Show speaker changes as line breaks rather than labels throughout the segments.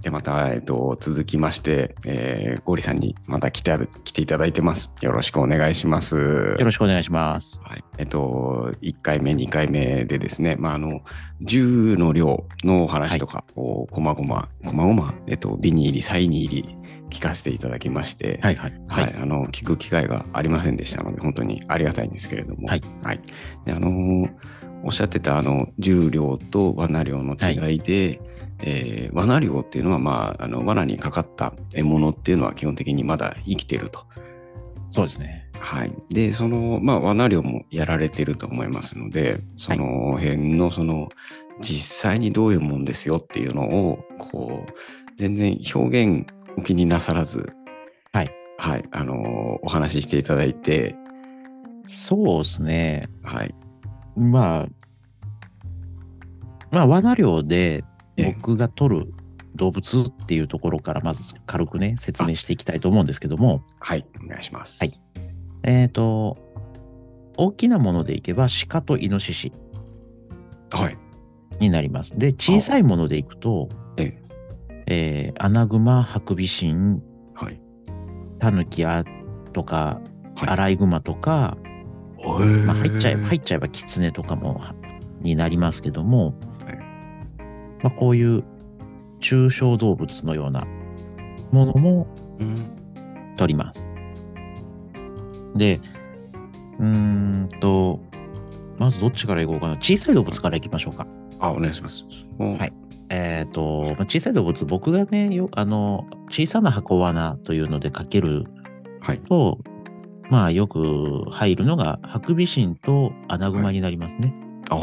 で、また、えっと、続きまして、えー、ゴリさんにまた来てある、来ていただいてます。よろしくお願いします。
よろしくお願いします。
はい、えっと、1回目、2回目でですね、まあ、あの、銃の量のお話とかを、こまごま、こまごま、えっと、ビに入り、サイに入り、聞かせていただきまして、
はいはい。
はい、あの聞く機会がありませんでしたので本当にありがたいんですけれども、
はい
であのーおっしゃってたあの重量と罠量の違いで、えー罠量っていうのは、まあ、あの罠にかかった獲物っていうのは基本的にまだ生きてると。
そうですね。
はい、でその、まあ、罠量もやられてると思いますのでその辺のその実際にどういうもんですよっていうのをこう全然表現お気になさらず、
はい
はいあのお話ししていただいて、
そうですね。
はい、
まあ、まあ、罠漁で
え
僕が取る動物っていうところからまず軽くね、説明していきたいと思うんですけども、
はい、お願いします。
はいえっ、と、大きなものでいけば鹿とイノシシ
はい、
になります。で、小さいものでいくと、
え
えーアナグマ、ハクビシン、
はい、
タヌキアとか、
はい
アライグマとか、まあ、入っちゃえ
ば
入っちゃえばキツネとかもはになりますけども、
はい
まあ、こういう抽象動物のようなものも
うん、
取ります。で、うーんと、まずどっちからいこうかな。小さい動物からいきましょうか。、
あ、お願いします。はい
えっ、と、まあ、小さい動物、僕がね、よあの、小さな箱罠というのでかける
はい、
と、まあよく入るのが、ハクビシンとアナグマになりますね。
ああ、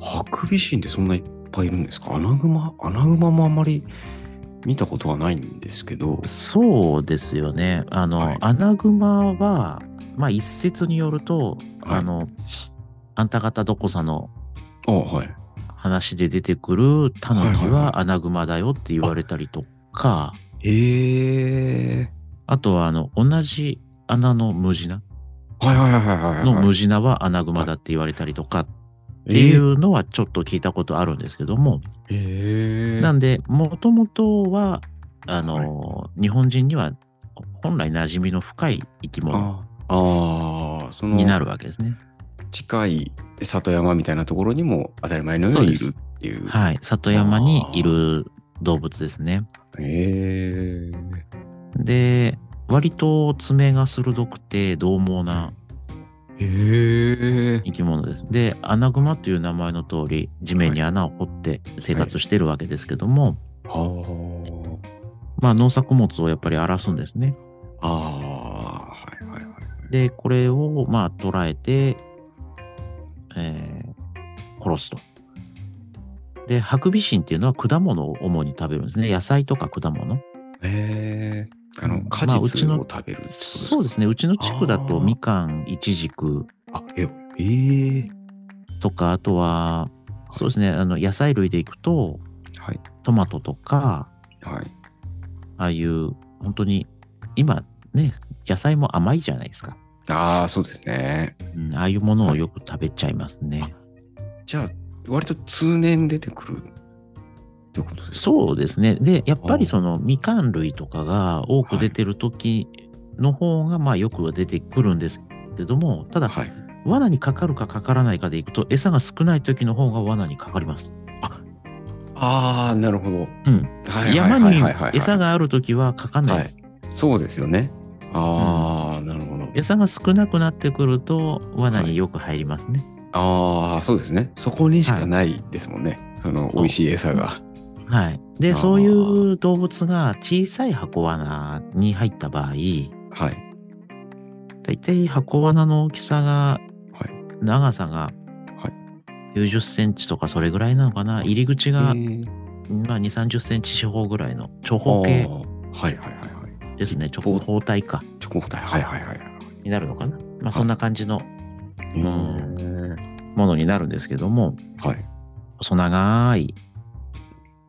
ハクビシンってそんないっぱいいるんですかアナグマアナグマもあんまり見たことはないんですけど、
そうですよね。あの、
はい
アナグマは、まあ一説によると、
はい
あの、あんた方どこさの
あはい。
話で出てくるタヌ
はいは
キ
いはい
はアナグマだよって言われたりとか、
へえ。
あとはあの、同じ穴のムジナ
はいはいはいはいはい。
のムジナはアナグマだって言われたりとかって
え
い
ー
うのはちょっと聞いたことあるんですけども、
へえ。
なんで、もともとは、あの、日本人には本来馴染みの深い生き物
ああー、その
になるわけですね。
近い里山みたいなところにも当たり前のようにいるっていう。
はい、里山にいる動物ですね。
へえ。
で、割と爪が鋭くて獰猛な
へえ。
生き物です。で、アナグマという名前の通り、地面に穴を掘って生活してるわけですけども、
は
まあ農作物をやっぱり荒らすんですね。
あ。ああー、はいはいはい。
で、これをまあ捕らえて、えー殺すと。で、ハクビシンっていうのは果物を主に食べるんですね。野菜とか果物。
へえ。あ
う
の
ん
果
まあう
実
ちの
を食べるってことですか
そうですね。うちの地区だ
あー
とみかん、いちじく、
あ、え、ええ
とか、あとは、そうですね、あの野菜類でいくと、
はい。
トマトとか、
はい。
ああいう、本当に、今ね、野菜も甘いじゃないですか。
ああ、そうですね。
うん、ああいうものをよく食べちゃいますね。
はいじゃあ、割と通年出てくるってことですか
そうですね。で、やっぱ
うん
りそのみかん類とかが多く出てる時の方が、まあよくは出てくるんですけども、ただ、
はい。
罠にかかるかかからないかでいくと、餌が少ない時の方が罠にかかります。
ああ、なるほど。
うん。
はいはい
山
はい
に
はいはい、
餌がある時はかかんないです。
そうですよね。ああ、なるほど。
餌が少なくなってくると罠によく入りますね。
ああ、そうですね。そこにしかないですもんね。その
そう
美味しい餌が。
はい。
あー
で、そういう動物が小さい箱罠に入った場合、
はい。
だいたい箱罠の大きさが、
はい
長さが
はい
90センチとかそれぐらいなのかな。入り口
え
が、
ー
まあ、2、30センチ四方ぐらいの長
あー
方
は
形
いはいはいはい。
ですね。
一
長
方
方体か。
チョコボタンはいはいはいはい。
になるのかな。まあ、
い
そんな感じの
へ
ん
ー
ものになるんですけども、
はい。
細長い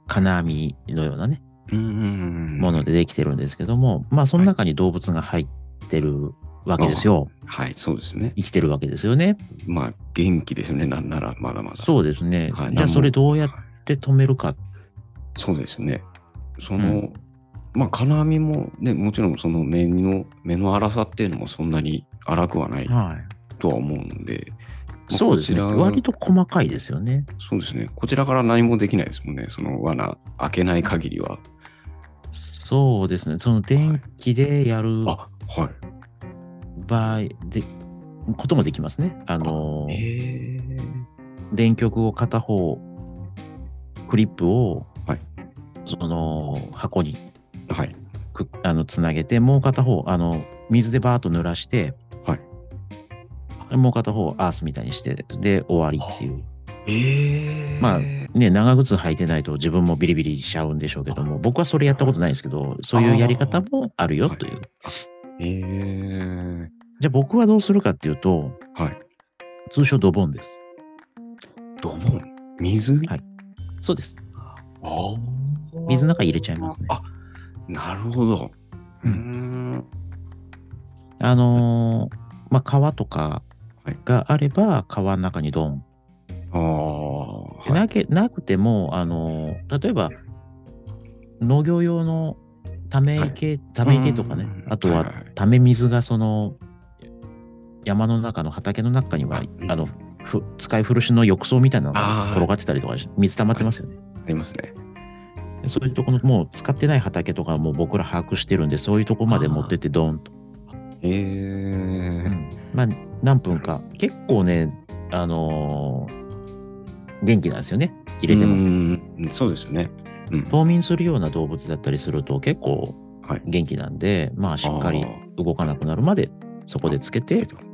金網のようなね、
うん
ものでできてるんですけども、まあその中に動物が入ってるわけですよ。
はい、そうですね。
生きてるわけですよね。
まあ、元気ですよね。なんなら、まだまだ。
そうですね。
はい
じゃあそれどうやっ
は
て止めるかっ
そうですよね。その、
うん
まあ金網もねもちろんその目の目の粗さっていうのもそんなに粗くはない
は
とは思うんで、
い。そうですね。
こちら
割と細かいですよね。
そうですね。こちらから何もできないですもんね。その罠開けない限りは。
そうですね。その電気でやる
あは
場合で、こともできますね。あの
い。、へえ。
電極を片方、クリップを、
はい
その箱に
はい。
くあのつなげて、もう片方、あの水でバーッと濡らして、
はい
もう片方アースみたいにして、で、終わりっていう。
ええ。
まあね、長靴履いてないと自分もビリビリしちゃうんでしょうけども、僕はそれやったことないんですけど、そういうやり方もあるよという。
ええ。
じゃあ僕はどうするかっていうと、
はい。
通称ドボンです。
ドボン。水
はいそうです。
あー
水の中に入れちゃいますね
あなるほど。うー
う
ん。
あのーまあ、川とか
はい
があれば、川の中にドン。
ああ。
でなけなくても、あのー例えば、農業用のため池、ため池とかね
うん、
あと
はいは
はいため水がその、山の中の畑の中には、
うん
あの、ふ使い古しの浴槽みたいなの
あー
が転がってたりとかし水溜まってますよね。
ありますね。
でそういうところのもう使ってない畑とかはもう僕ら把握してるんで、そういうところまで持ってってドーンと。
え
う
え。
んまあ、何分か。結構ね、あのー元気なんですよね、入れても。
も。そうですよね。うん。
冬眠するような動物だったりすると結構
はい
元気なんで、まあしっかり
あー
動かなくなるまでそこでつけ
つけ、
て
ておく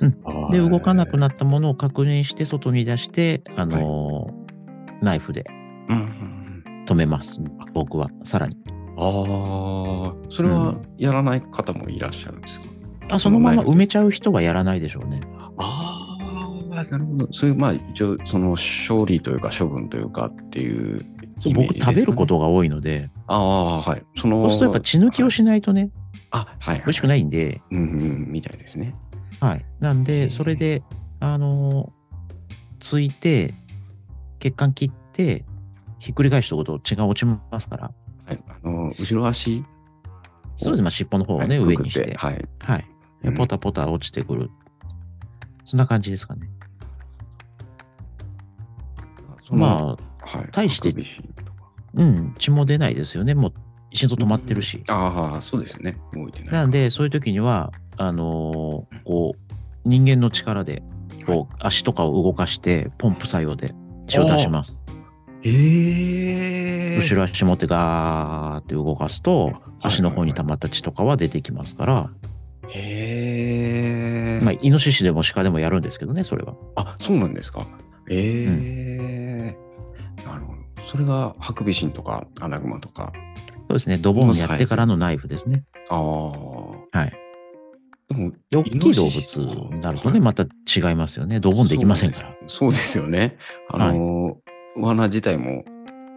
うん
あー
で、動かなくなったものを確認して外に出して、あのーナイフで
うんうんうん
止めます。僕は、さらに。
ああ、それ
う
はやらない方もいらっしゃるんですか、
あ、そのまま
ナイフで
埋めちゃう人はやらないでしょうね。
ああ、なるほど。そういう、まあ、一応、その、処理というか、処分というかっていうイメージ
僕
ですかね、
食べることが多いので、
ああ、はい。その、
そうするとやっぱ血抜きをしないとね、
あ、はい、はい。
美味しくないんで、
うんうん、みたいですね。
はい。なん
へえ
で、それで、あのーついて、血管切って、ひっくり返しておくと血が落ちますから、
はい。あの、後ろ足
そうですね、まあ、尻尾の方を
はい
ね、
くく
上
って
にして、
はい。
はい。
う
で
ん
ポタポタ落ちてくる。そんな感じですかね。
あ、
まあ、
はい。
大して
ハクビシンとか
うん、血も出ないですよね。もう、心臓止まってるし。
ああ、そうですよね。動いてない。
なんで、そういう時には、あのーこう、人間の力で、こう、足とかを動かして、ポンプ作用で血を出します。
ええ
後ろ足持ってガーって動かすと、足の方に溜まった血とかは出てきますから、
へえ。
まあ、イノシシでも鹿でもやるんですけどね、それは。
あ、そうなんですか。ええなるほど。それがハクビシンとかアナグマとか。
そうですね、ドボンやってからのナイフですね。
ああ。
はい。
でも、
で、大きい動
イノシシとか
物になるとね、また違いますよね。ドボンできませんから。
そうですよね。あの、罠自体も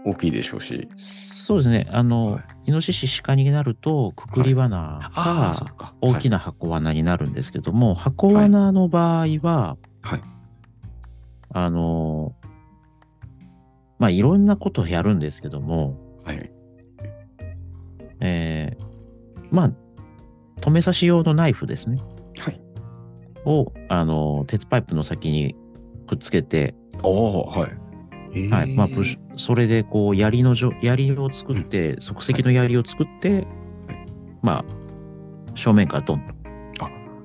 大きいでしょうし。
そうですね、あの、
はい
イノシシ鹿になると、くくり罠
ああ、そ
か
っか。
大き
な。
な箱罠になるんですけども、箱罠の場合は、
はい。
あの、まあ、いろんなことをやるんですけども、
はい。
えーまあ、止め刺し用のナイフですね。
はい。
を、あの、鉄パイプの先にくっつけて、
ああ、はい。ええ
はい。まあ、ブシそれで、こう、槍のじょ、槍を作って、即席の槍を作って、
はい
まあ、正面からドン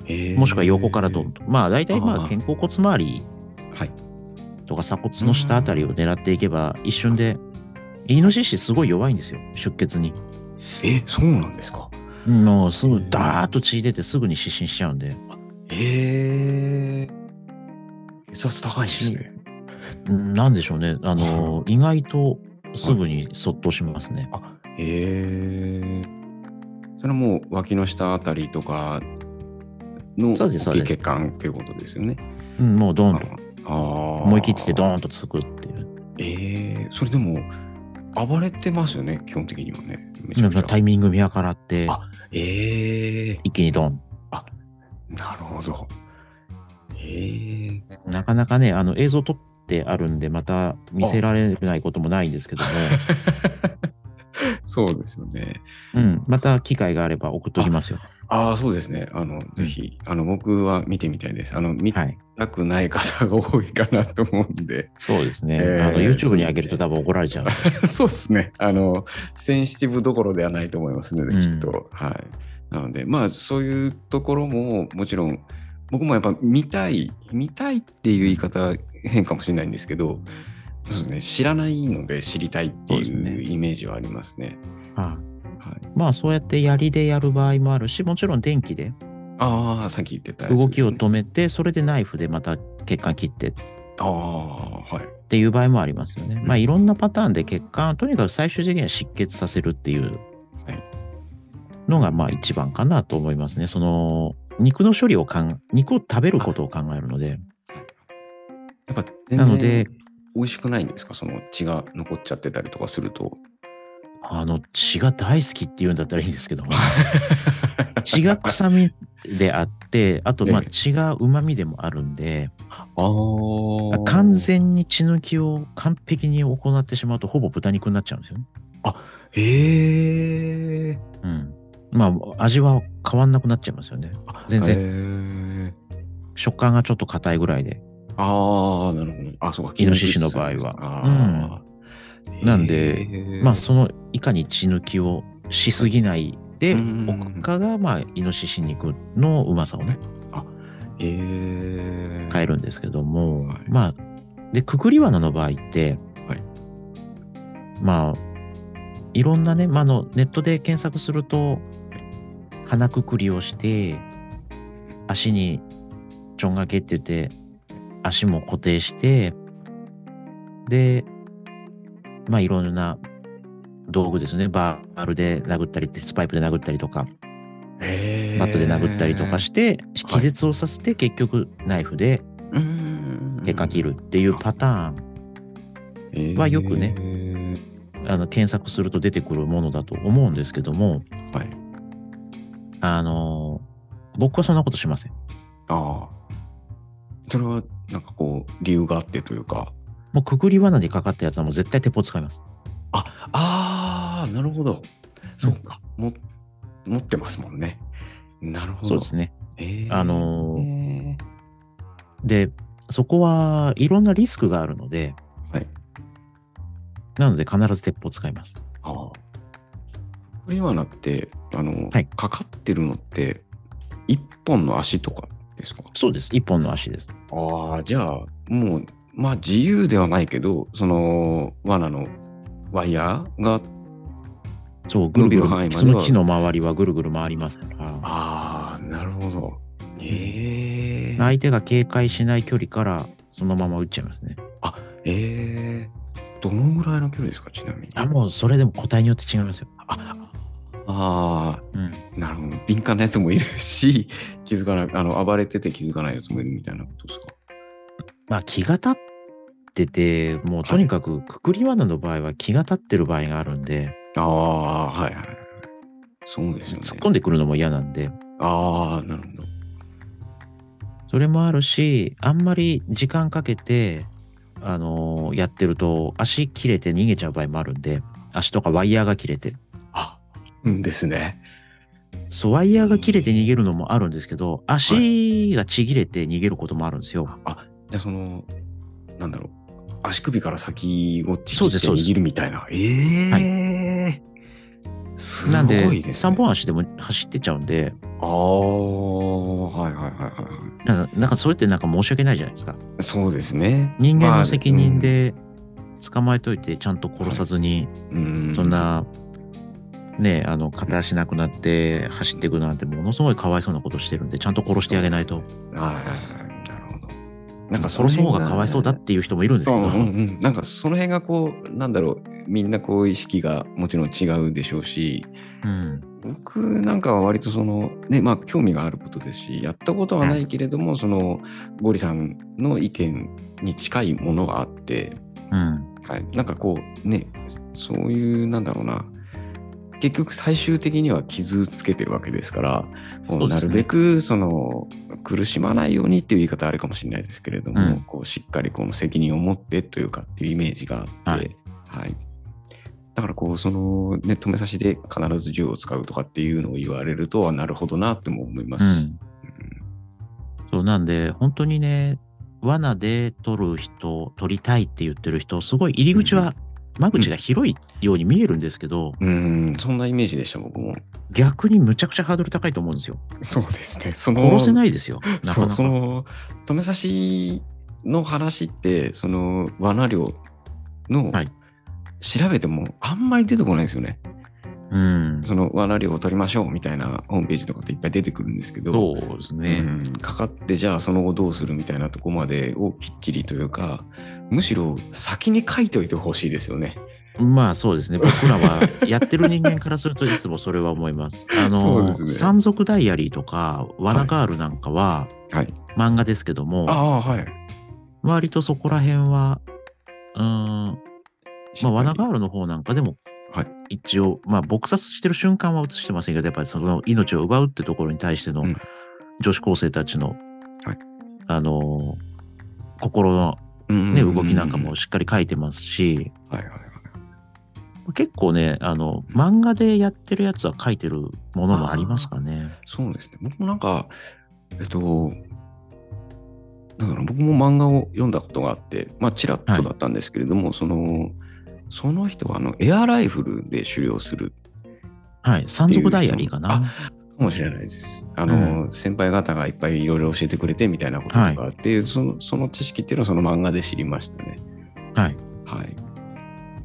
ええ
と、もしくは横からドンと。まあ、大体、ま
あ
あ、
あ
肩甲骨周り
はい。
とか鎖骨の下あたりを狙っていけば、一瞬で、イノシシすごい弱いんですよ、出血に。
え、そうなんですか。
もう、すぐ、ダーッと血出て、すぐに失神しちゃうんで。
ええ血圧高いんですね。
なんでしょうね。あの、意外とすぐにそっとしますね。
あへえそれはもう脇の下あたりとかの
そうです
大きい
そうです
血管っていうことですよね。
うんもうドーンと、
ああ
思い切ってド
ン
ーンとつくっていう。
ええそれでも暴れてますよね基本的にはね。め
まあタイミング見計らって、
あええ
一気にドン。
なるほど。ええ
なかなかね、あの映像撮っってあるんで、また見せられないこともないんですけども、
そうですよね。
うん、また機会があれば送っときますよ。
ああ、そうですね。あの、ぜひ、あの、僕は見てみたいです。あの、見
はい。
たくない方が多いかなと思うんで。
そうですね。
えー
あの YouTube に上げると多分怒られちゃう。
そうですね。あの、センシティブどころではないと思いますので、
うん
きっと。はい。なので、まあ、そういうところも、もちろん、僕もやっぱ見たい、見たいっていう言い方、変かもしれないんですけど、そうですね、知らないので知りたいって
そうです
いう
ね
イメージはありますね。
はい
はい、
まあそうやって槍でやる場合もあるし、もちろん電気で
ああ、さっき言ってたやつです、ね。
動きを止めて、それでナイフでまた血管切ってっ
ああ、はい。
ていう場合もありますよね。
ん
まあいろんなパターンで血管、とにかく最終的には失血させるっていう
はい
のがまあ一番かなと思いますね。その肉の処理を考え、肉を食べることを考えるので、
やっぱ
な
全
ので
然美味しくないんですかその血が残っちゃってたりとかすると。
あの血が大好きって言うんだったらいいんです けども、血が臭みであって、あとまあ
ええ
血が旨味でもあるんで、
ああ
完全に血抜きを完璧に行ってしまうとほぼ豚肉になっちゃうんですよね。
へえ。
うん。まあ味は変わんなくなっちゃいますよね。全然
然。
食感がちょっと硬いぐらいで。
ああ、なるほど。あ、そうか。
イノシシの場合は
あー
うんなんで、
へー
まあそのいかに血抜きをしすぎないで
うん
奥かがまあイノシシ肉のうまさをね
へえ。
変えるんですけども、
はい
まあでくくり罠の場合って、
はい
まあいろんなね、まあ、あのネットで検索すると鼻くくりをして足にちょんがけって言って足も固定してでまあいろんな道具ですねバールで殴ったり鉄パイプで殴ったりとか
へー
バットで殴ったりとかして
はい
気絶をさせて結局ナイフで
うん
血管切るっていうパターン、はよくね
へー
あの検索すると出てくるものだと思うんですけども
はい。
あの僕はそんなことしません
ああ。それは、なんかこう、理由があってというか。
もうくくり罠にかかったやつはもう絶対鉄砲使います
ああーなるほど。そうか、も持ってますもんね。なるほど。
そうですね
えー
あの
えー
でそこはいろんなリスクがあるので、
はい
なので必ず鉄砲使います
あークリワナってあの、
はい
かかってるのって一本の足とかですか
そうです一本の足です
ああじゃあもうまあ自由ではないけどその罠のワイヤーが
そう
伸
ぐるぐ
びる
る
範囲ま
そ
では
の木の周りはぐるぐる回りますから
ああなるほど。ええ
相手が警戒しない距離からそのまま打っちゃいますね。
ええどのぐらいの距離ですかちなみに。
あもうそれでも個体によって違いますよ。
ああ
うん、
なるほど。敏感なやつもいるし、 気づかない、あの、暴れてて気づかないやつもいるみたいなことですか。
まあ気が立っててもうとにかくくくり罠の場合は気が立ってる場合があるんで、
ああ、はいはい。そうですよね。
突っ込んでくるのも嫌なんで
ああ、なるほど。
それもあるしあんまり時間かけて、あのーやってると足切れて逃げちゃう場合もあるんで足とかワイヤーが切れて
あうんですね。
そうワイヤーが切れて逃げるのもあるんですけど足がちぎれて逃げることもあるんですよ。
じゃあ、その、なんだろう。足首から先をち
そ
ぎ
う
っ
です
て
そうです
握るみたいな。ええー。す
なんで
ごいです
3
ね。
本足でも走ってっちゃうんで
ああ、はいはいはいはいは
なんかなんかそれってなんか申し訳ないじゃないですか
い。そうですね。
人間
まあ
の責任、で捕まえといてちゃんと殺さずに、
うん
そん。なねあの片足なくなって走っていくなんてものすごいかわいそうなことしてるんでちゃんと殺してあげないと
うんはいはいはい。なるほど。なんかそ
殺
の
す
辺
方がかわいそうだっていう人もいるんですけ
う
ど、
んうんうん、なんかその辺がこうなんだろうみんなこう意識がもちろん違うでしょうし
うん
僕なんかは割とそのねまあ興味があることですしやったことはないけれども、そのゴリさんの意見に近いものがあって、
うん
はい、なんかこうねそういうなんだろうな結局最終的には傷つけてるわけですから、こう
そうで
な
す
る
ね
べくその苦しまないようにっていう言い方はあるかもしれないですけれども、
うん
こうしっかりこの責任を持ってというかっていうイメージがあっ
は
て
い、
はいだからこうその、ね、止めさしで必ず銃を使うとかっていうのを言われるとあなるほどなっても思いま
う
すし、
ん。そうなんで、本当にね、罠で取る人、取りたいって言ってる人、すごい入り口は、間口が広いように見えるんですけど、
うん、そんなイメージでした僕も。
逆にむちゃくちゃハードル高いと思うんですよ。
そうですねその
殺せないですよ。な
そ
か
う
な
そ
か。
の止めさしの話ってその罠量の
はい
調べてもあんまり出てこないんですよね。
うん。
その罠量を取りましょうみたいなホームページとかっていっぱい出てくるんですけど。
そうです
う
ね。
んかかってじゃあその後どうするみたいなとこまでをきっちりというかむしろ先に書いておいてほしいですよね。
まあそうですね。僕らはやってる人間からするといつもそれは思 います。あ
そうです
の、
ね
山賊ダイアリーとか、ワナガールなんかは、
はい、
漫画ですけども、
ああはい。
割とそこら辺は、うーん、まあ、ワナガールの方なんかでも、
はい
一応、まあ、撲殺してる瞬間は映してませんけど、やっぱりその命を奪うってところに対しての
うん
女子高生たちの、
はい
あのー心の、ね、動きなんかも
は
しっかり書いてますし、
いはいはい。
結構ね、あの、漫画でやってるやつは書いてるものもありますかね。
そうですね。僕もなんか、えっと、だから僕も漫画を読んだことがあって、まあ、ちらっとだったんですけれども、その、その人はあのエアライフルで狩猟する
はい。山賊ダイアリーかな。
かもしれないです。あの、先輩方がいっぱいいろいろ教えてくれてみたいなこととかあって、そのその知識っていうのはその漫画で知りましたね。
はい。
はい。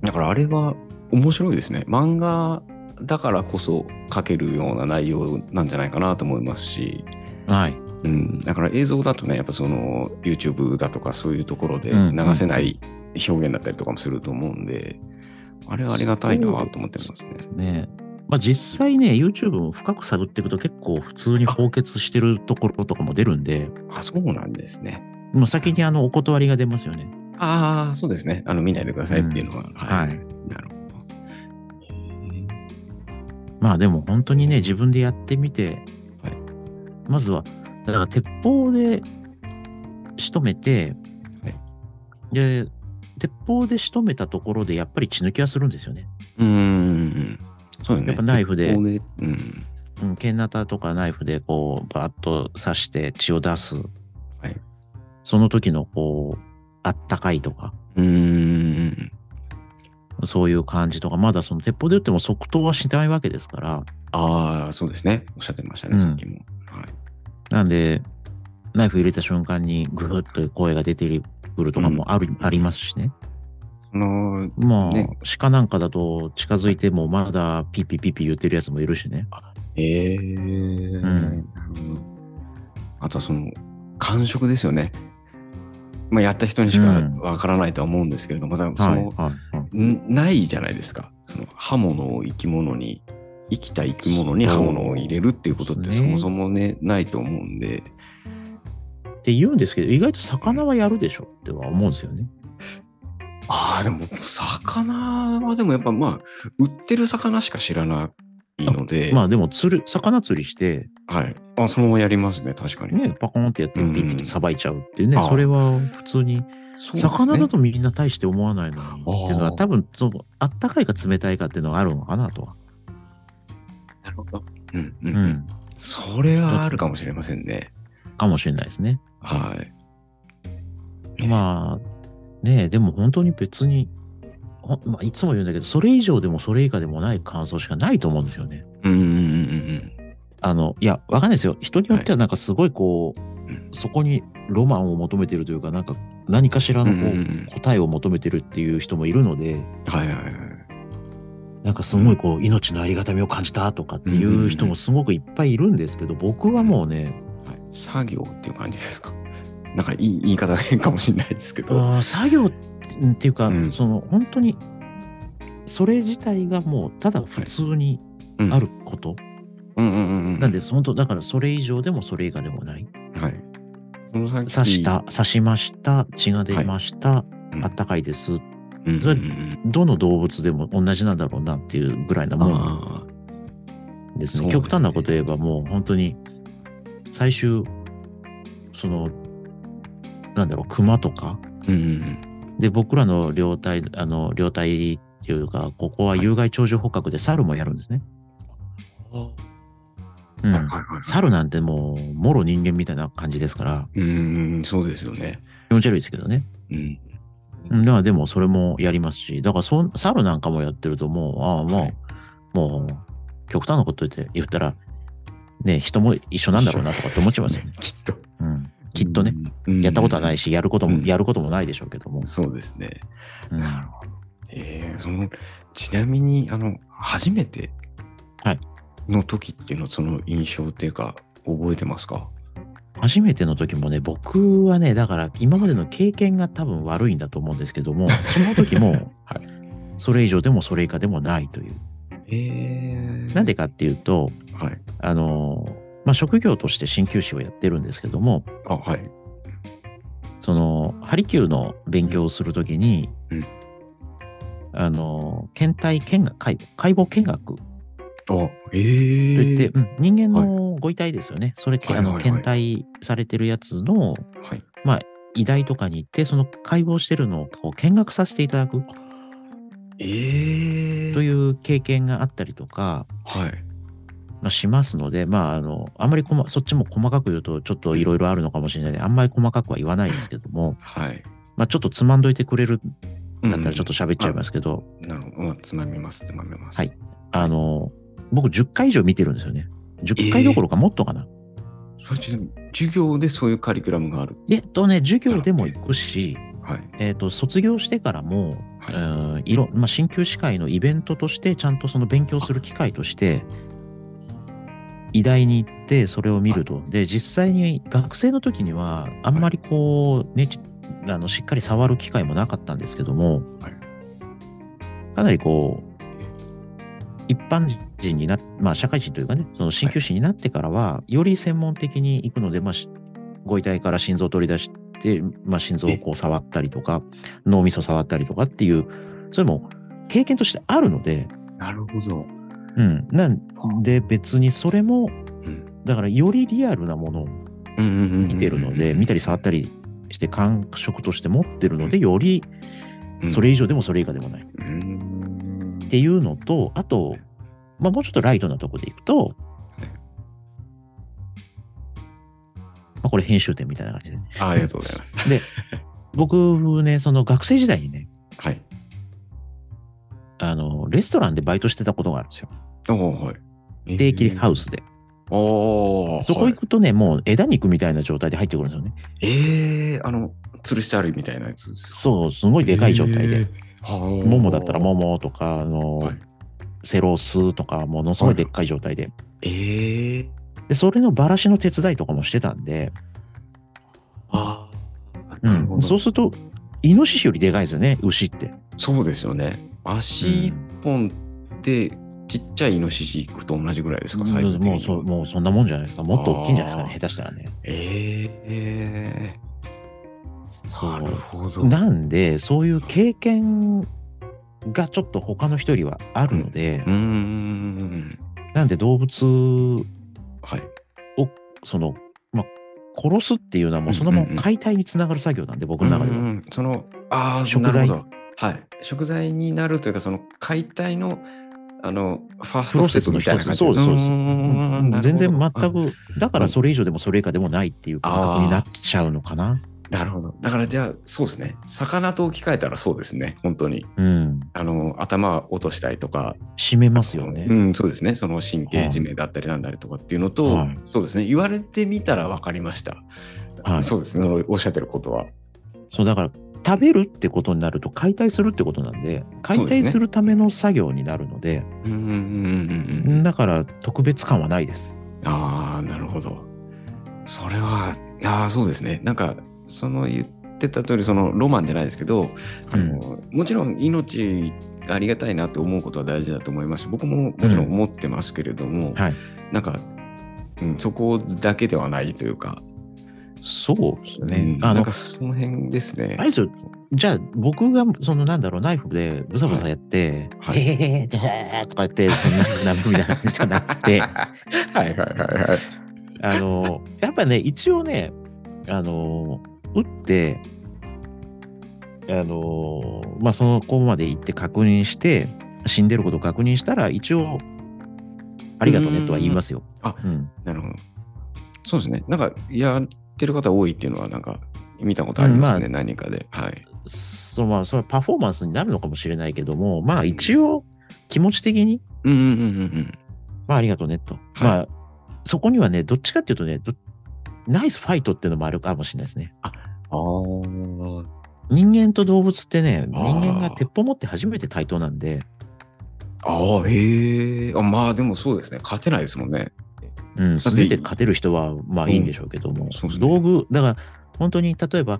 だからあれは面白いですね。漫画だからこそ書けるような内容なんじゃないかなと思いますし、
はい。
うん、だから映像だとねやっぱその YouTube だとかそういうところで
うん
流せない表現だったりとかもすると思うんで、あれはありがたいなと思ってますね。
ねまあ、実際ね、YouTube も深く探っていくと結構普通に凍結してるところとかも出るんで、
あそうなんですね。
もう先にあのお断りが出ますよね。
ああそうですね。あの見ないでくださいっていうのは、はい、
はい
なるほど。へ
まあでも本当にね、自分でやってみて、
はい
まずは、だから鉄砲で仕留めて、
はい
で、鉄砲で仕留めたところでやっぱり血抜きはするんですよね。
ーうんそうよね。
やっぱナイフで
鉄砲うん
うん、剣ナタとかナイフでこう、バーッと刺して血を出す。
い
その時のこう、あったかいとか、
うーん
そういう感じとか、まだその鉄砲で撃っても即答はしないわけですから、
ああそうですね。おっしゃってましたね、
うん
さっきも。はい、
なんで、ナイフ入れた瞬間にぐーっと声が出てくるとかもある、ありますしね。
その
まあ、
ね
鹿なんかだと近づいてもまだピーピーピーピー言ってるやつもいるしね。
ええー
ん
なるほどあとはその感触ですよね。まあ、やった人にしか
うん
わからないとは思うんですけれども、またそ
はい、
の、
はい、はい。
んないじゃないですか。その刃物を生き物に生きた生き物に刃物を入れるっていうことって
そ
そう
で
も
す
そ
ね
もねないと思うんで
って言うんですけど、意外と魚はやるでしょっては思うんですよね。
ああでも魚はでもやっぱまあ売ってる魚しか知らないので
まあでも釣る、魚釣りして、
はい、あそのままやりますね確かに。
ね、パコーンってやって
うん
ピッてさばいちゃうっていうね、
ああ
それは普通に、
そうですね
魚だとみんな大して思わないのに、っていうの
ああ
は多分その、あったかいか冷たいかっていうのがあるのかなとは。
なるほど。うんうん
う
うん
ん。
それはあるかもしれませんね。
かもしれないですね。
はい。
まあ、ねえ、でも本当に別に、ほんまあ、いつも言うんだけど、それ以上でもそれ以下でもない感想しかないと思うんですよね。
うんうんうん
あの、いや、わかんないですよ。人によってはなんかすごいこう、
うん
そこにロマンを求めてるというか、なんか何かしらの
う
こう、
んうんうん
答えを求めてるっていう人もいるので、
うん。はいはいはい。
なんかすごいこう、命のありがたみを感じたとかっていう人もすごくいっぱいいるんですけど、僕はもうね、
はい、作業っていう感じですか。なんかいい言い方が変かもしれないですけど。
あー作業っていうか、
うん
その本当に、それ自体がもうただ普通に
うん
あること、
うんうんうんうん。
なんで、本当、だからそれ以上でもそれ以下でもない。
はい。その先
刺した、刺しました、血が出ました、
うん
あったかいです。
うんうんうん
どの動物でも同じなんだろうなっていうぐらいなもん
ああ
です
そうです
ね。
ね
極端なこと言えばもう本当に最終、その、なんだろう、熊とか、
うんうん
で、僕らの領体、あの、領体っていうか、ここは有害鳥獣捕獲で猿もやるんですね。
うん。
う
はい
ん。
はいはい
猿なんてもう、もろ人間みたいな感じですから、
うん、そうですよね。
気持ち悪いですけどね。
うん。
うんだからでもそれもやりますし、だからそん猿なんかもやってるともう、ああ、もう、
はい
もう、極端なこと言って言ったら、ね、人も一緒なんだろうなとかって思っちゃいますよね。
きっと。
うん、きっとね、
うん。
やったことはない
し。
し、やることも、
うん
やることもないでしょうけども。
そうですね。
うん
なるほど。えー、その、ちなみに、あの、初めて
はい
の時っていうの、その印象っていうか、覚えてますか
初めての時もね、僕はね、だから今までの経験が多分悪いんだと思うんですけど も、その時も、
はい
それ以上でもそれ以下でもないという。
えー、
なんでかっていうと、
はい。
あの、まあ、職業として鍼灸師をやってるんですけども、
あ、はい。
そのハリキューの勉強をするときに、
うん
あの検体見学解剖解剖見学と
あ、え
いって、
ー。
うん人間のご遺体ですよね、それ、けあの
はいはいはい
検体されてるやつの
はい。
医大とかに行ってその解剖してるのをこう見学させていただく
えー。
と
う。
いう経験があったりとか、
はい。
まあしますので、まあ、あのあんまりこ、ま、そっちも細かく言うとちょっといろいろあるのかもしれないのであんまり細かくは言わないですけども、
はい。
まあ、ちょっとつまんどいてくれるんだったらちょ
と。
っと喋っちゃいますけど、
なるほど。まあつまみます、つまみます。
はい。あの、僕10回以上見てるんですよね。10回どころかもっとかな。
それちなみに授業でそういうカリキュラムがある。
えっとね、授業でも行くし、
はい。
えっと、卒業してからも、
はい
うん、いろ、まあ、鍼灸師会のイベントとして、ちゃんとその勉強する機会として、医大に行って、それを見ると。で、実際に学生の時には、あんまりこう、ね、ちあのしっかり触る機会もなかったんですけども、
はい
かなりこう、一般人になっ、まあ、社会人というかね、その鍼灸師になってからは、より専門的に行くので、まあ、しご遺体から心臓を取り出して、まあ、心臓をこう触ったりとか、脳みそ触ったりとかっていう、それも経験としてあるので、
なるほど。
うん、なんで別にそれも、
ん
だからよりリアルなものを見
見
てるので、見たり触ったりして感触として持ってるので、より
うん
それ以上でもそれ以下でもないっ
うーん
ていうのと、あと、まあ、もうちょっとライトなとこでいくと、まあ、これ編集点みたいな感じで、ね、
あありがとうございます。
僕ね、その学生時代にね、
はい。
あの、レストランでバイトしてたことがあるんですよ。
おおはい。
ステーキハウスで。
えー。おお。
そこ行くとね、もう枝肉みたいな状態で入ってくるんですよね。
ええー、あの、吊るしてあるみたいなやつですか。
そう、すごいでかい状態で。。
はあ。
ももだったらも。もとか、あの、
はい
セロスとか、ものすごいでっかい状態で。
ええー。
で、それのバラしの手伝いとかもしてたんで、
ああ。
う
なるほ
ん、
ど。
そうすると、イノシシよりでかいですよね、牛って。
そうですよね。足一本ってちっちゃいイノシシ行くと同じぐらいですか、サイズ的に
も
は
うそうもうそんなもんじゃないですか。もっと大きいんじゃないですかね、
あー
下手したらね。
ええ
そ
ー。なる
う。
ほど。
なんで、そういう経験がちょっと他の人よりはあるので、
うーん。
なんで動物
はい。
その、まあ、殺すっていうのはもうその
うんうん
ま
うん
ま解体につながる作業なんで、僕の中で
うんう
は。
んそのああ
食材
なるほどはい食材になるというかその解体のあのファース
プ
ト
ロ
ステ
セ
ップみ
スの一つ
たいな感じ
そうですそうです
ーん
うん
なるほど
全然全
あ
く、だからそれ以上でもそれ以下でもないっていう感覚になっちゃうのかな。
なるほどだからじゃあそうですね魚と置き換えたらそうですね本当に
うん。
あの頭落としたりとか
締めますよね。
うんそうですねその神経締めだったりなんだりとかっていうのと、
はい
そうですね言われてみたら分かりました、
はい
そうですねそのおっしゃってることは
そう、だから、食べるってことになると解体するってことなんで、解体するための作業になるので、
うんうんうんうん
だから特別感はないです。
ああ、なるほど。それは、ああ、そうですね。なんか、その言ってた通り、そのロマンじゃないですけど、あのもちろん命がありがたいなって思うことは大事だと思いますし、僕ももちろん思ってますけれども、
はい。
なんか、うん、そこだけではないというか、
そうですね。
うん
あ
な
の
んか、その辺ですね
あれ。ですよ。じゃあ、僕が、その、なんだろう、ナイフでブサブサやって、
はい
へへへへ、へーとかやって、そんな、舐めるみたいな感じじゃなく て、
はいはいはいはい。
あの、やっぱね、一応ね、あの、打って、あの、まあ、その子まで行って確認して、死んでることを確認したら、一応、ありがとうねとは言いますよ。
あ
うん、
なるほど。そうですね。なんか、やってる方多いっていうのは、なんか、見たことあ
うん
りますね、
まあ
何かで。はい。
そうまあ、それはパフォーマンスになるのかもしれないけども、まあ、一応、気持ち的に、
うんうんうんうんうん。
まあ、ありがとうねと。
い
まあ、そこにはね、どっちかっていうとね、どナイスファイトっていうのもあるかもしれないですね。
あ
人間と動物ってね、
あ
人
ー
間が鉄砲持って初めて対等なんで、
あ。ああ、へえ。あまあ、でもそうですね。勝てないですもんね。
うん、
だって
素手で勝てる人はまあいいんでしょうけども、
んそうですね
道具、だから本当に例えば、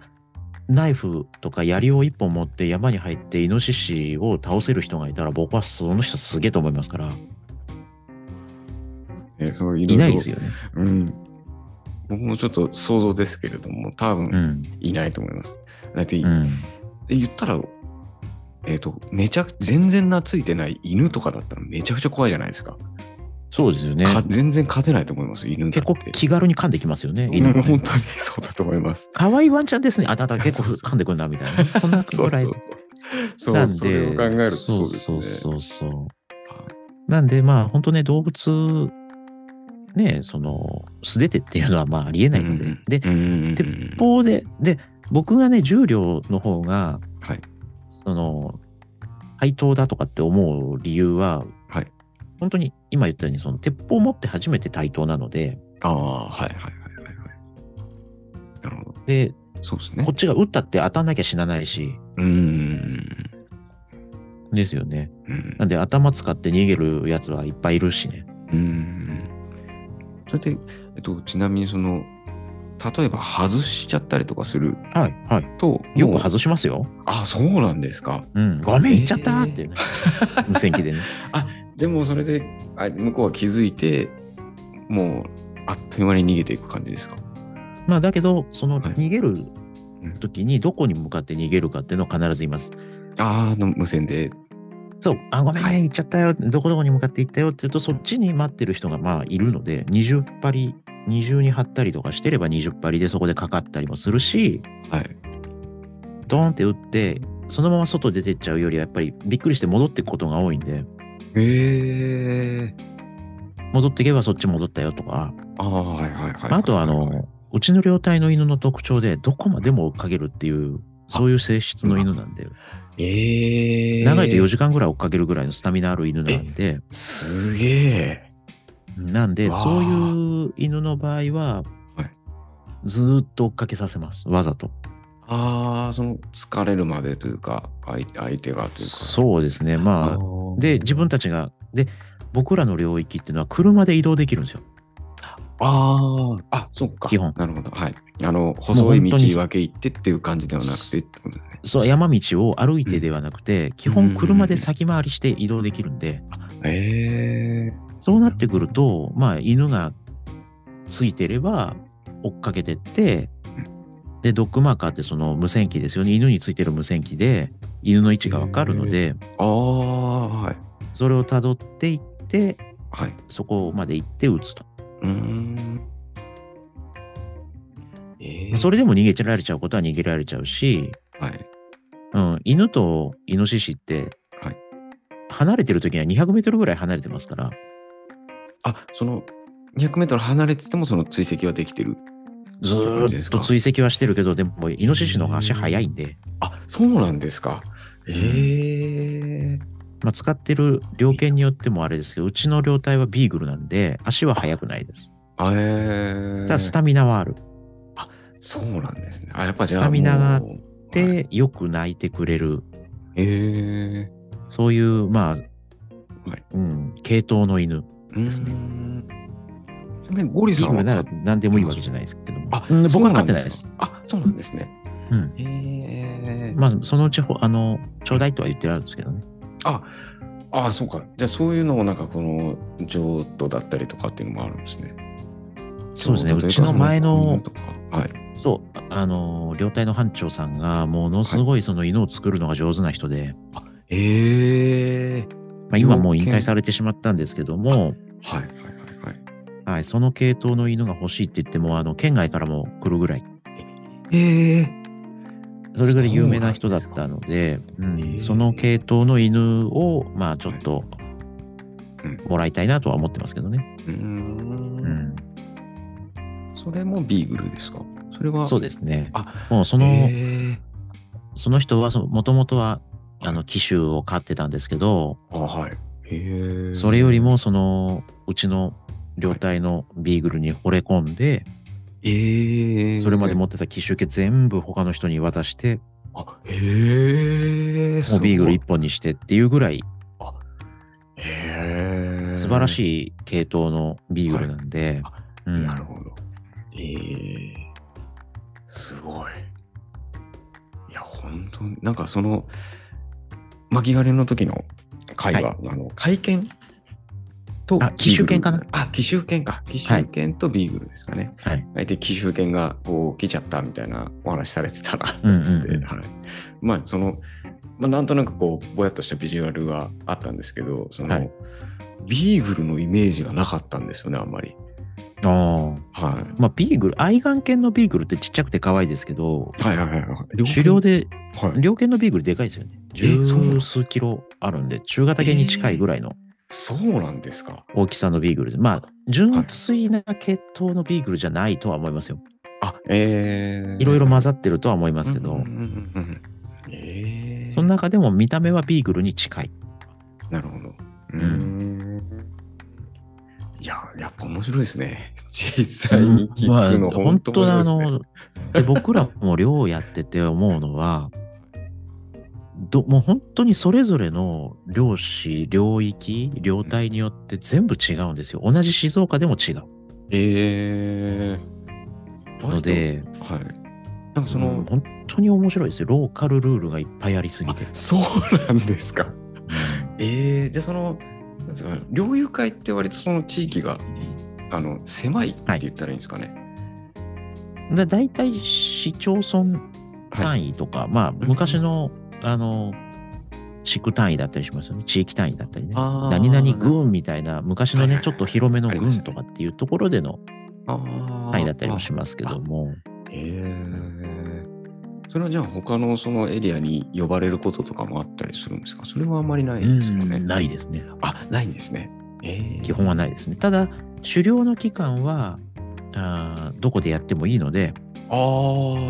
ナイフとか槍を一本持って山に入ってイノシシを倒せる人がいたら僕はその人すげえと思いますから
えそういろ
い
いろ
ないですよね。
うん。僕もちょっと想像ですけれども、多
う
分
ん。
いないと思います。だって、
うん。
言ったら、えっ、と、めちゃく、全然懐いてない犬とかだったらめちゃくちゃ怖いじゃないですか。
そうですよね。
か全然勝てないと思います、犬だ
結
って
構。気軽に噛んできますよね。
う
犬
ん
がね
本当にそうだと思います。
可愛いワンちゃんですね。あ、だから結構
そうそう
噛んでくるな、みたいな。そんな
そ
ぐ
う
らい
そうそう。そう
なんで。
それを考えるとそうですね。
そうそうそう。なんで、まあ、本当ね、動物、ね、その、素手でっていうのは、まあ、ありえないので。
うんうん
で、
うん
鉄砲で、で、僕がね、重量の方が、
はい
その、対等だとかって思う理由は、
はい
本当に今言ったように、その、鉄砲を持って初めて対等なので、
ああ、はいはいはいはいはい。なるほど。
で、
そうですね
こっ。ちが撃ったって当たんなきゃ死なないし、
うーん。
ですよね。
うん
なんで頭使って逃げるやつはいっぱいいるしね。
うーん。それで、えっと、ちなみにその、例えば外しちゃったりとかする
はいはい。
と、
よ
も
く
う
外しますよ。
あ、そうなんですか。
うん。画面いっちゃったーってね。 無線機でね。
でもそれで、あ向こうは気づいて、もう、あっという間に逃げていく感じですか。
まあだけど、その
はい
逃げる時にどこに向かって逃げるかっていうのは必ずいます。
あーあの、無線で。
そう。あ、ごめん
は
ね、行っちゃったよ。どこどこに向かって行ったよって言うと、そっちに待ってる人がまあいるので、二重張り、二重に張ったりとかしてれば二重張りでそこでかかったりもするし、
はい。
ドーンって打って、そのまま外出てっちゃうよりはやっぱりびっくりして戻っていくことが多いんで、
へえ。
戻っていけばそっち戻ったよとか、
ああ、はいはいはい。
あとはあ
はいはい
の、うちの領体の犬の特徴で、どこまでも追っかけるっていう、そういう性質の犬なんで、
ええ。
長いと4時間ぐらい追っかけるぐらいのスタミナある犬なんで、
すげえ。
なんで、
わあ
そういう犬の場合は
はい、
ずーっと追っかけさせます、わざと。
ああ、その、疲れるまでというか、相相手がというか。
そうですね、まあ、
あ
で、自分たちが、で、僕らの領域っていうのは車で移動できるんですよ。
ああ、あ、そっか。
基本
なるほど。はい。あの、細い
もう
道
本当に
分け入ってっていう感じではなくてってことですね。
そう、山道を歩いてではなくて、基
うんう
本
んうん
車で先回りして移動できるんで、
え
そうなってくると、まあ、犬がついてれば追っかけてって、で、ドッグマーカーってその無線機ですよね。犬についてる無線機で、犬の位置がわかるの
え
で、
ああ、はい。
それをたどっていって、
はい。
そこまで行って撃つと。
うーん。ええ
それでも逃げられちゃうことは逃げられちゃうし、
はい。
うん、犬とイノシシって
はい、
離れてる時には200メートルぐらい離れてますから、
あ、その、200メートル離れててもその追跡はできてる。
ずーっと追跡はしてるけど、でもイノシシの方が足早いんで、
あ、そうなんですか。ええ
まあ、使ってる猟犬によってもあれですけど、うちの猟体はビーグルなんで、足は速くないです。
あえ
た
え
だ、スタミナはある。
そうなんですね。あ、やっぱじゃあ
スタミナがあっ
もうはい
で、よく鳴いてくれる、
ええ
そういう、まあ、
はい
うん、系統の犬。ですね
うーんちなみにゴ
ビ
リさん
ーグ
は
ルなら何でもいいわけじゃないですけども。
あ、
うん僕
そう
は飼
な
っ
んで
てない
す
です。
か。あ、そうなんですね。
うん。
へえ。
まあ、そのうちほ、あの、ちょうだいとは言ってあるんですけどね。
あ、あ、そうか。じゃあそういうのもなんかこの譲渡だったりとかっていうのもあるんですね。
そうですね。
譲渡
う
とい
ちの前
そ
の
とかはい。
そう、あの、領隊の班長さんが、ものすごいその犬を作るのが上手な人で、
ええ
まあ、今もう引退されてしまったんですけども、
はいはいはいはい。
はい、その系統の犬が欲しいって言っても、あの、県外からも来るぐらい、
ええ
それぐらい有名な人だったので、う
なんですか
ん
へえ
その系統の犬を、まあ、ちょっと
うん、
もらいたいなとは思ってますけどね。
うー。
うんん、
それもビーグルですかそれは。
そう
で
ですね。
あ、
もうそ
こ
の、
ええ
その人はその、もともとは、あの、機種を飼ってたんですけど、
あ、はい。ええ
それよりも、その、うちの領隊のビーグルに惚れ込んで、
ええ
それまで持ってた機種系全部他の人に渡して、
あ、ええ
もうビーグル一
す
本にしてっていうぐらい、
ごいへえ
素晴ら
い。
しい系統のビーグルなんで
は、
うん
なるほど。ええすごい。いや、本当になんかその、巻き狩りの時の会話、
は
あの会見と
あ奇襲犬かな
ビーグルあ、奇襲犬か。奇襲犬とビーグルですかね。
はい。
相手奇襲犬がこう来ちゃったみたいなお話されてたなと
うん
思って、
うんうん
はい、まあその、まあ、なんとなくこうぼやっとしたビジュアルはあったんですけどその、
はい
ビーグルのイメージがなかったんですよねあんまり。
あー
は
まあ、ビーグル、愛玩犬のビーグルってちっちゃくて可愛いですけど、
い、はいはいはいはい。
狩猟で、
はい、
猟犬のビーグルでかいですよね。
えそうなん
十数キロあるんで、中型犬に近いぐらいの
そうなんですか。
大きさのビーグルで、まあ、純粋な系統のビーグルじゃないとは思いますよ。
あえー、
いろいろ混
ざ
ざってるとは思いますけど、
えー、
その中でも見た目はビーグルに近い。
なるほど。う
うん
ーん。いや、やっぱ面白いですね。 実際に聞くの、
まあ
本当面白いですね、
の、で僕らも猟をやってて思うのは、どもう本当にそれぞれの漁師、領域、領体によって全部違うんですよ。同じ静岡でも違う
ええ
ので、
はい。なんかそ
うん
の、
本当に面白いですよ。ローカルルールがいっぱいありすぎて。
そうなんですか。
うん
ええじゃあその、なんですか、猟友会って割とその地域が、あの、狭いって言ったらいいんですかね。
だ大体市町村
い。
単位とか、まあ昔の、あの、地区単位だったりしますよね。地域単位だったりね。
あー
何々軍みたいな、昔の
はいは
ね
い、
ちょっと広めの
ありまし
軍
たね
とかっていうところでの
あ
単位だったりもし
ま
ますけども、
す。ええそれはじゃあ他のそのエリアに呼ばれることとかもあったりするんですかそれはあんまりない
うん
ですかね。
ないですね。
あ、ないんですね。ええ
基本はないですね。ただ、狩猟の期間は、あーどこでやってもいいので、
ああ。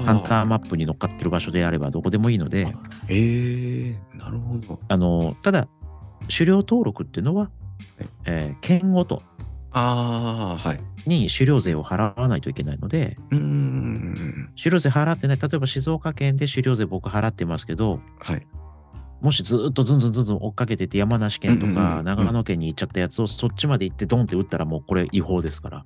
ハンターマップに乗っかってる場所であればどこでもいいので、
ええなるほど。
あの、ただ、狩猟登録っていうのは、えー県ごと
ああ、はい。
に狩猟税を払わないといけないので、
うーん。
狩猟税払ってない、例えば静岡県で狩猟税僕払ってますけど、
はい。
もしずーっとずんずんずんずん追っかけてて山梨県と
うんうんう
か
ん
長野県に行っちゃったやつをそっちまで行ってドンって撃ったらもうこれ違法ですから。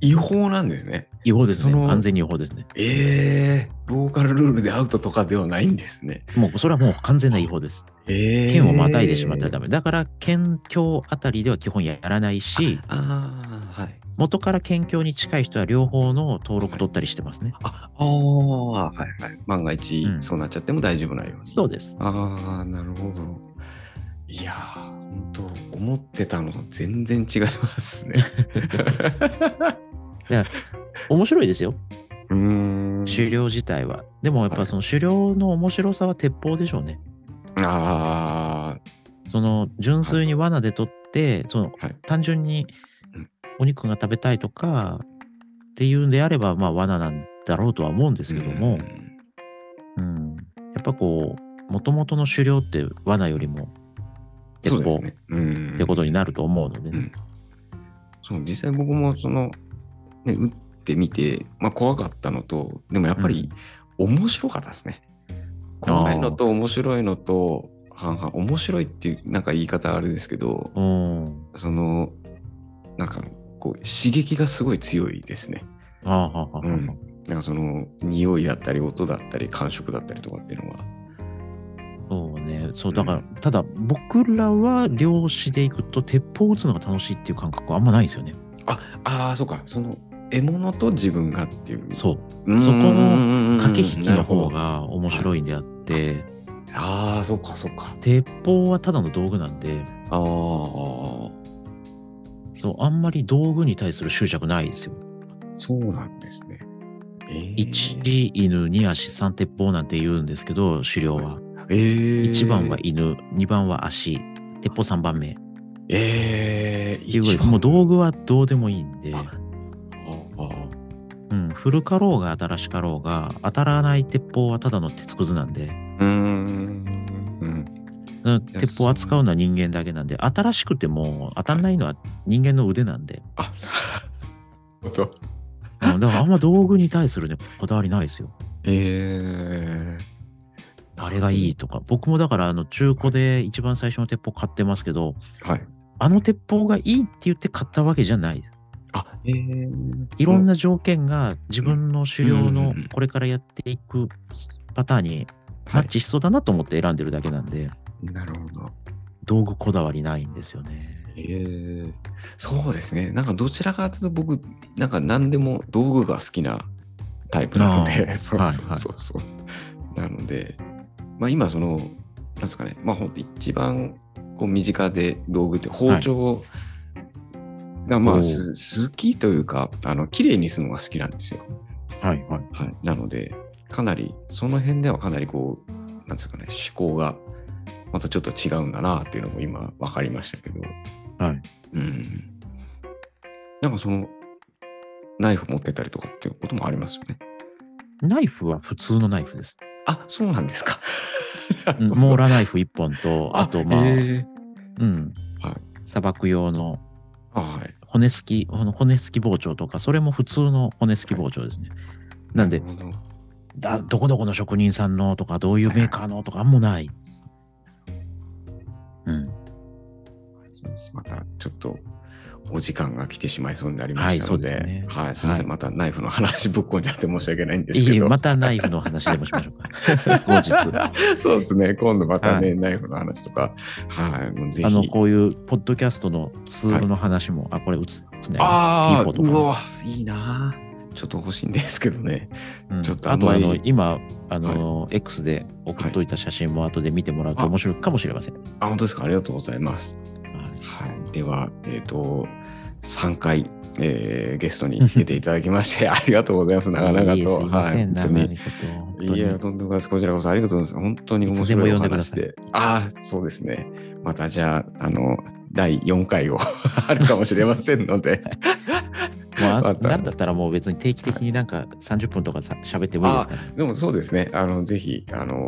違法なんですね。
違法です
その
ね。完全に違法ですね。
ええローカルルールでアウトとかではないんですね。
もうそれはもう完全な違法です。
ええ
県をまたいでしまってはダメ。だから県境あたりでは基本やらないし、
ああ、はい。
元から県境に近い人は両方の登録取ったりしてますね。
ああー、はいはい。万が一、
うん
そうなっちゃっても大丈夫なように。
そうです。
ああ、なるほど。いやー、本当思ってたのと全然違いますね。
面白いですよ。
うーん。
狩猟自体は。でもやっ
は
ぱ
い
その狩猟の面白さは鉄砲でしょうね。
あ
その純粋に罠で取って、その
はい
単純に
うん
お肉が食べたいとかっていうんであれば、まあ罠なんだろうとは思うんで
あ、
すけども、うんやっぱこう、もともとの狩猟って罠よりも
そ
鉄
うで
砲
すね。うん。
ってことになると思うのでね、
うんそう実際僕もその、ね、打ってみて、まあ、怖かったのとでもやっぱり面白かったですね。
あー
怖いのと面白いのと半々面白いっていうなんか言い方あれですけど
うん。
そのなんかこう刺激がすごい強いですね。
ああ、はあ、はあ。
うんなんかその匂いだったり音だったり感触だったりとかっていうのは。
そうね。そう、だから、ただ僕らは漁師で行くと鉄砲を撃つのが楽しいっていう感覚はあんまないんですよね。
ああーそうかその獲物と自分がっていう。
そう
うん
そこの駆け引きの方。
なる
が面白いんであって、
ほどああ、そっかそっか。
鉄砲はただの道具なんで
ああ、
そうあんまり道具に対する執着ないですよ。
そうなんですね。ええ
1犬2足3鉄砲なんて言うんですけど狩猟は
ええ
1番は犬2番は足鉄砲3番目
ええ
っていうぐらい
一番
もう道具はどうでもいいんで、
あああ
うん、古かろうが新しかろうが当たらない鉄砲はただの鉄くずなん
う
で
ーんうん
うん鉄砲扱うのは人間だけなんで新しくても当たんないのは人間の腕なんで、
あなるほど
うんだからあんま道具に対するねこだわりないですよ。
ええ
あれがいいとか僕もだからあの中古で一番最初の鉄砲買ってますけど
はい
あの鉄砲がいいって言って買ったわけじゃないです。
あええ
いろんな条件が自分の狩猟
うんうん
の
うんうん
これからやっていくパターンにマッチしそうだなと思って選んでるだけなんで、
なるほど
道具こだわりないんですよね。
ええそうですねなんかどちらかというと僕なんか何でも道具が好きなタイプなの
あ
で
あ
そう
はい
そう
はい
そうそう、なのでまあ今そのなんですかねまあほんと一番こう身近で道具って包丁がま
おう
あす好きというかあの綺麗にするのが好きなんですよ
はいはい。
はい、なのでかなりその辺ではかなりこうなんですかね思考がまたちょっと違うんだなっていうのも今分かりましたけど、
はい
うん、なんかそのナイフ持ってたりとかっていうこともありますよね
ナイフは普通のナイフです。
あそうなんですか
うんモーラナイフ1本と、あとまあ、
へ
うん、
ーはい
砂漠用の
はい
骨付き、この骨付き包丁とか、それも普通の骨付き包丁ですね。なんで、
るほど
だどこどこの職人さんのとか、どういうメーカーのとか、あんもないです。うん。
またちょっとお時間が来てしまいそうになりましたので、
はいそうですね
はいすみません、
は
またナイフの話ぶっこんじゃって申し訳ないんですけど。
いいまたナイフの話でもしましょうか。 後日。
そうですね。今度またね、ナイフの話とか、はい、もうぜひ。
あの、こういう、ポッドキャストのツールの話も、あ、これ映すね。い
あ
い
あ、
ことか
う
な
わ、いいな。ちょっと欲しいんですけどね。
うん
ちょっとあ
あ
んま
とあ
り
の今あの、X で送っといた写真も後で見てもらうと
はい
面白いかもしれません。
あ、本当ですか。ありがとうございます。
はい
はい。では、えっ、と、3回、えーゲストに出ていただきま して、ありがとうございます。なかなか
いえいえ
と。
すいません、
本当
長い
に。
こと本当に
いや、とんでもないです。こちらこそありがとうございます。本当に面
いつでも
白い
呼
お
んでくだ
話
さい
で。ああ、そうですね。またじゃあ、あの、第4回を あるかもしれませんの で。
もうあ
また
なんだったらもう別に定期的になんか30分とかさ喋ってもいいですから。
でもそうですね。あの、ぜひ、あの、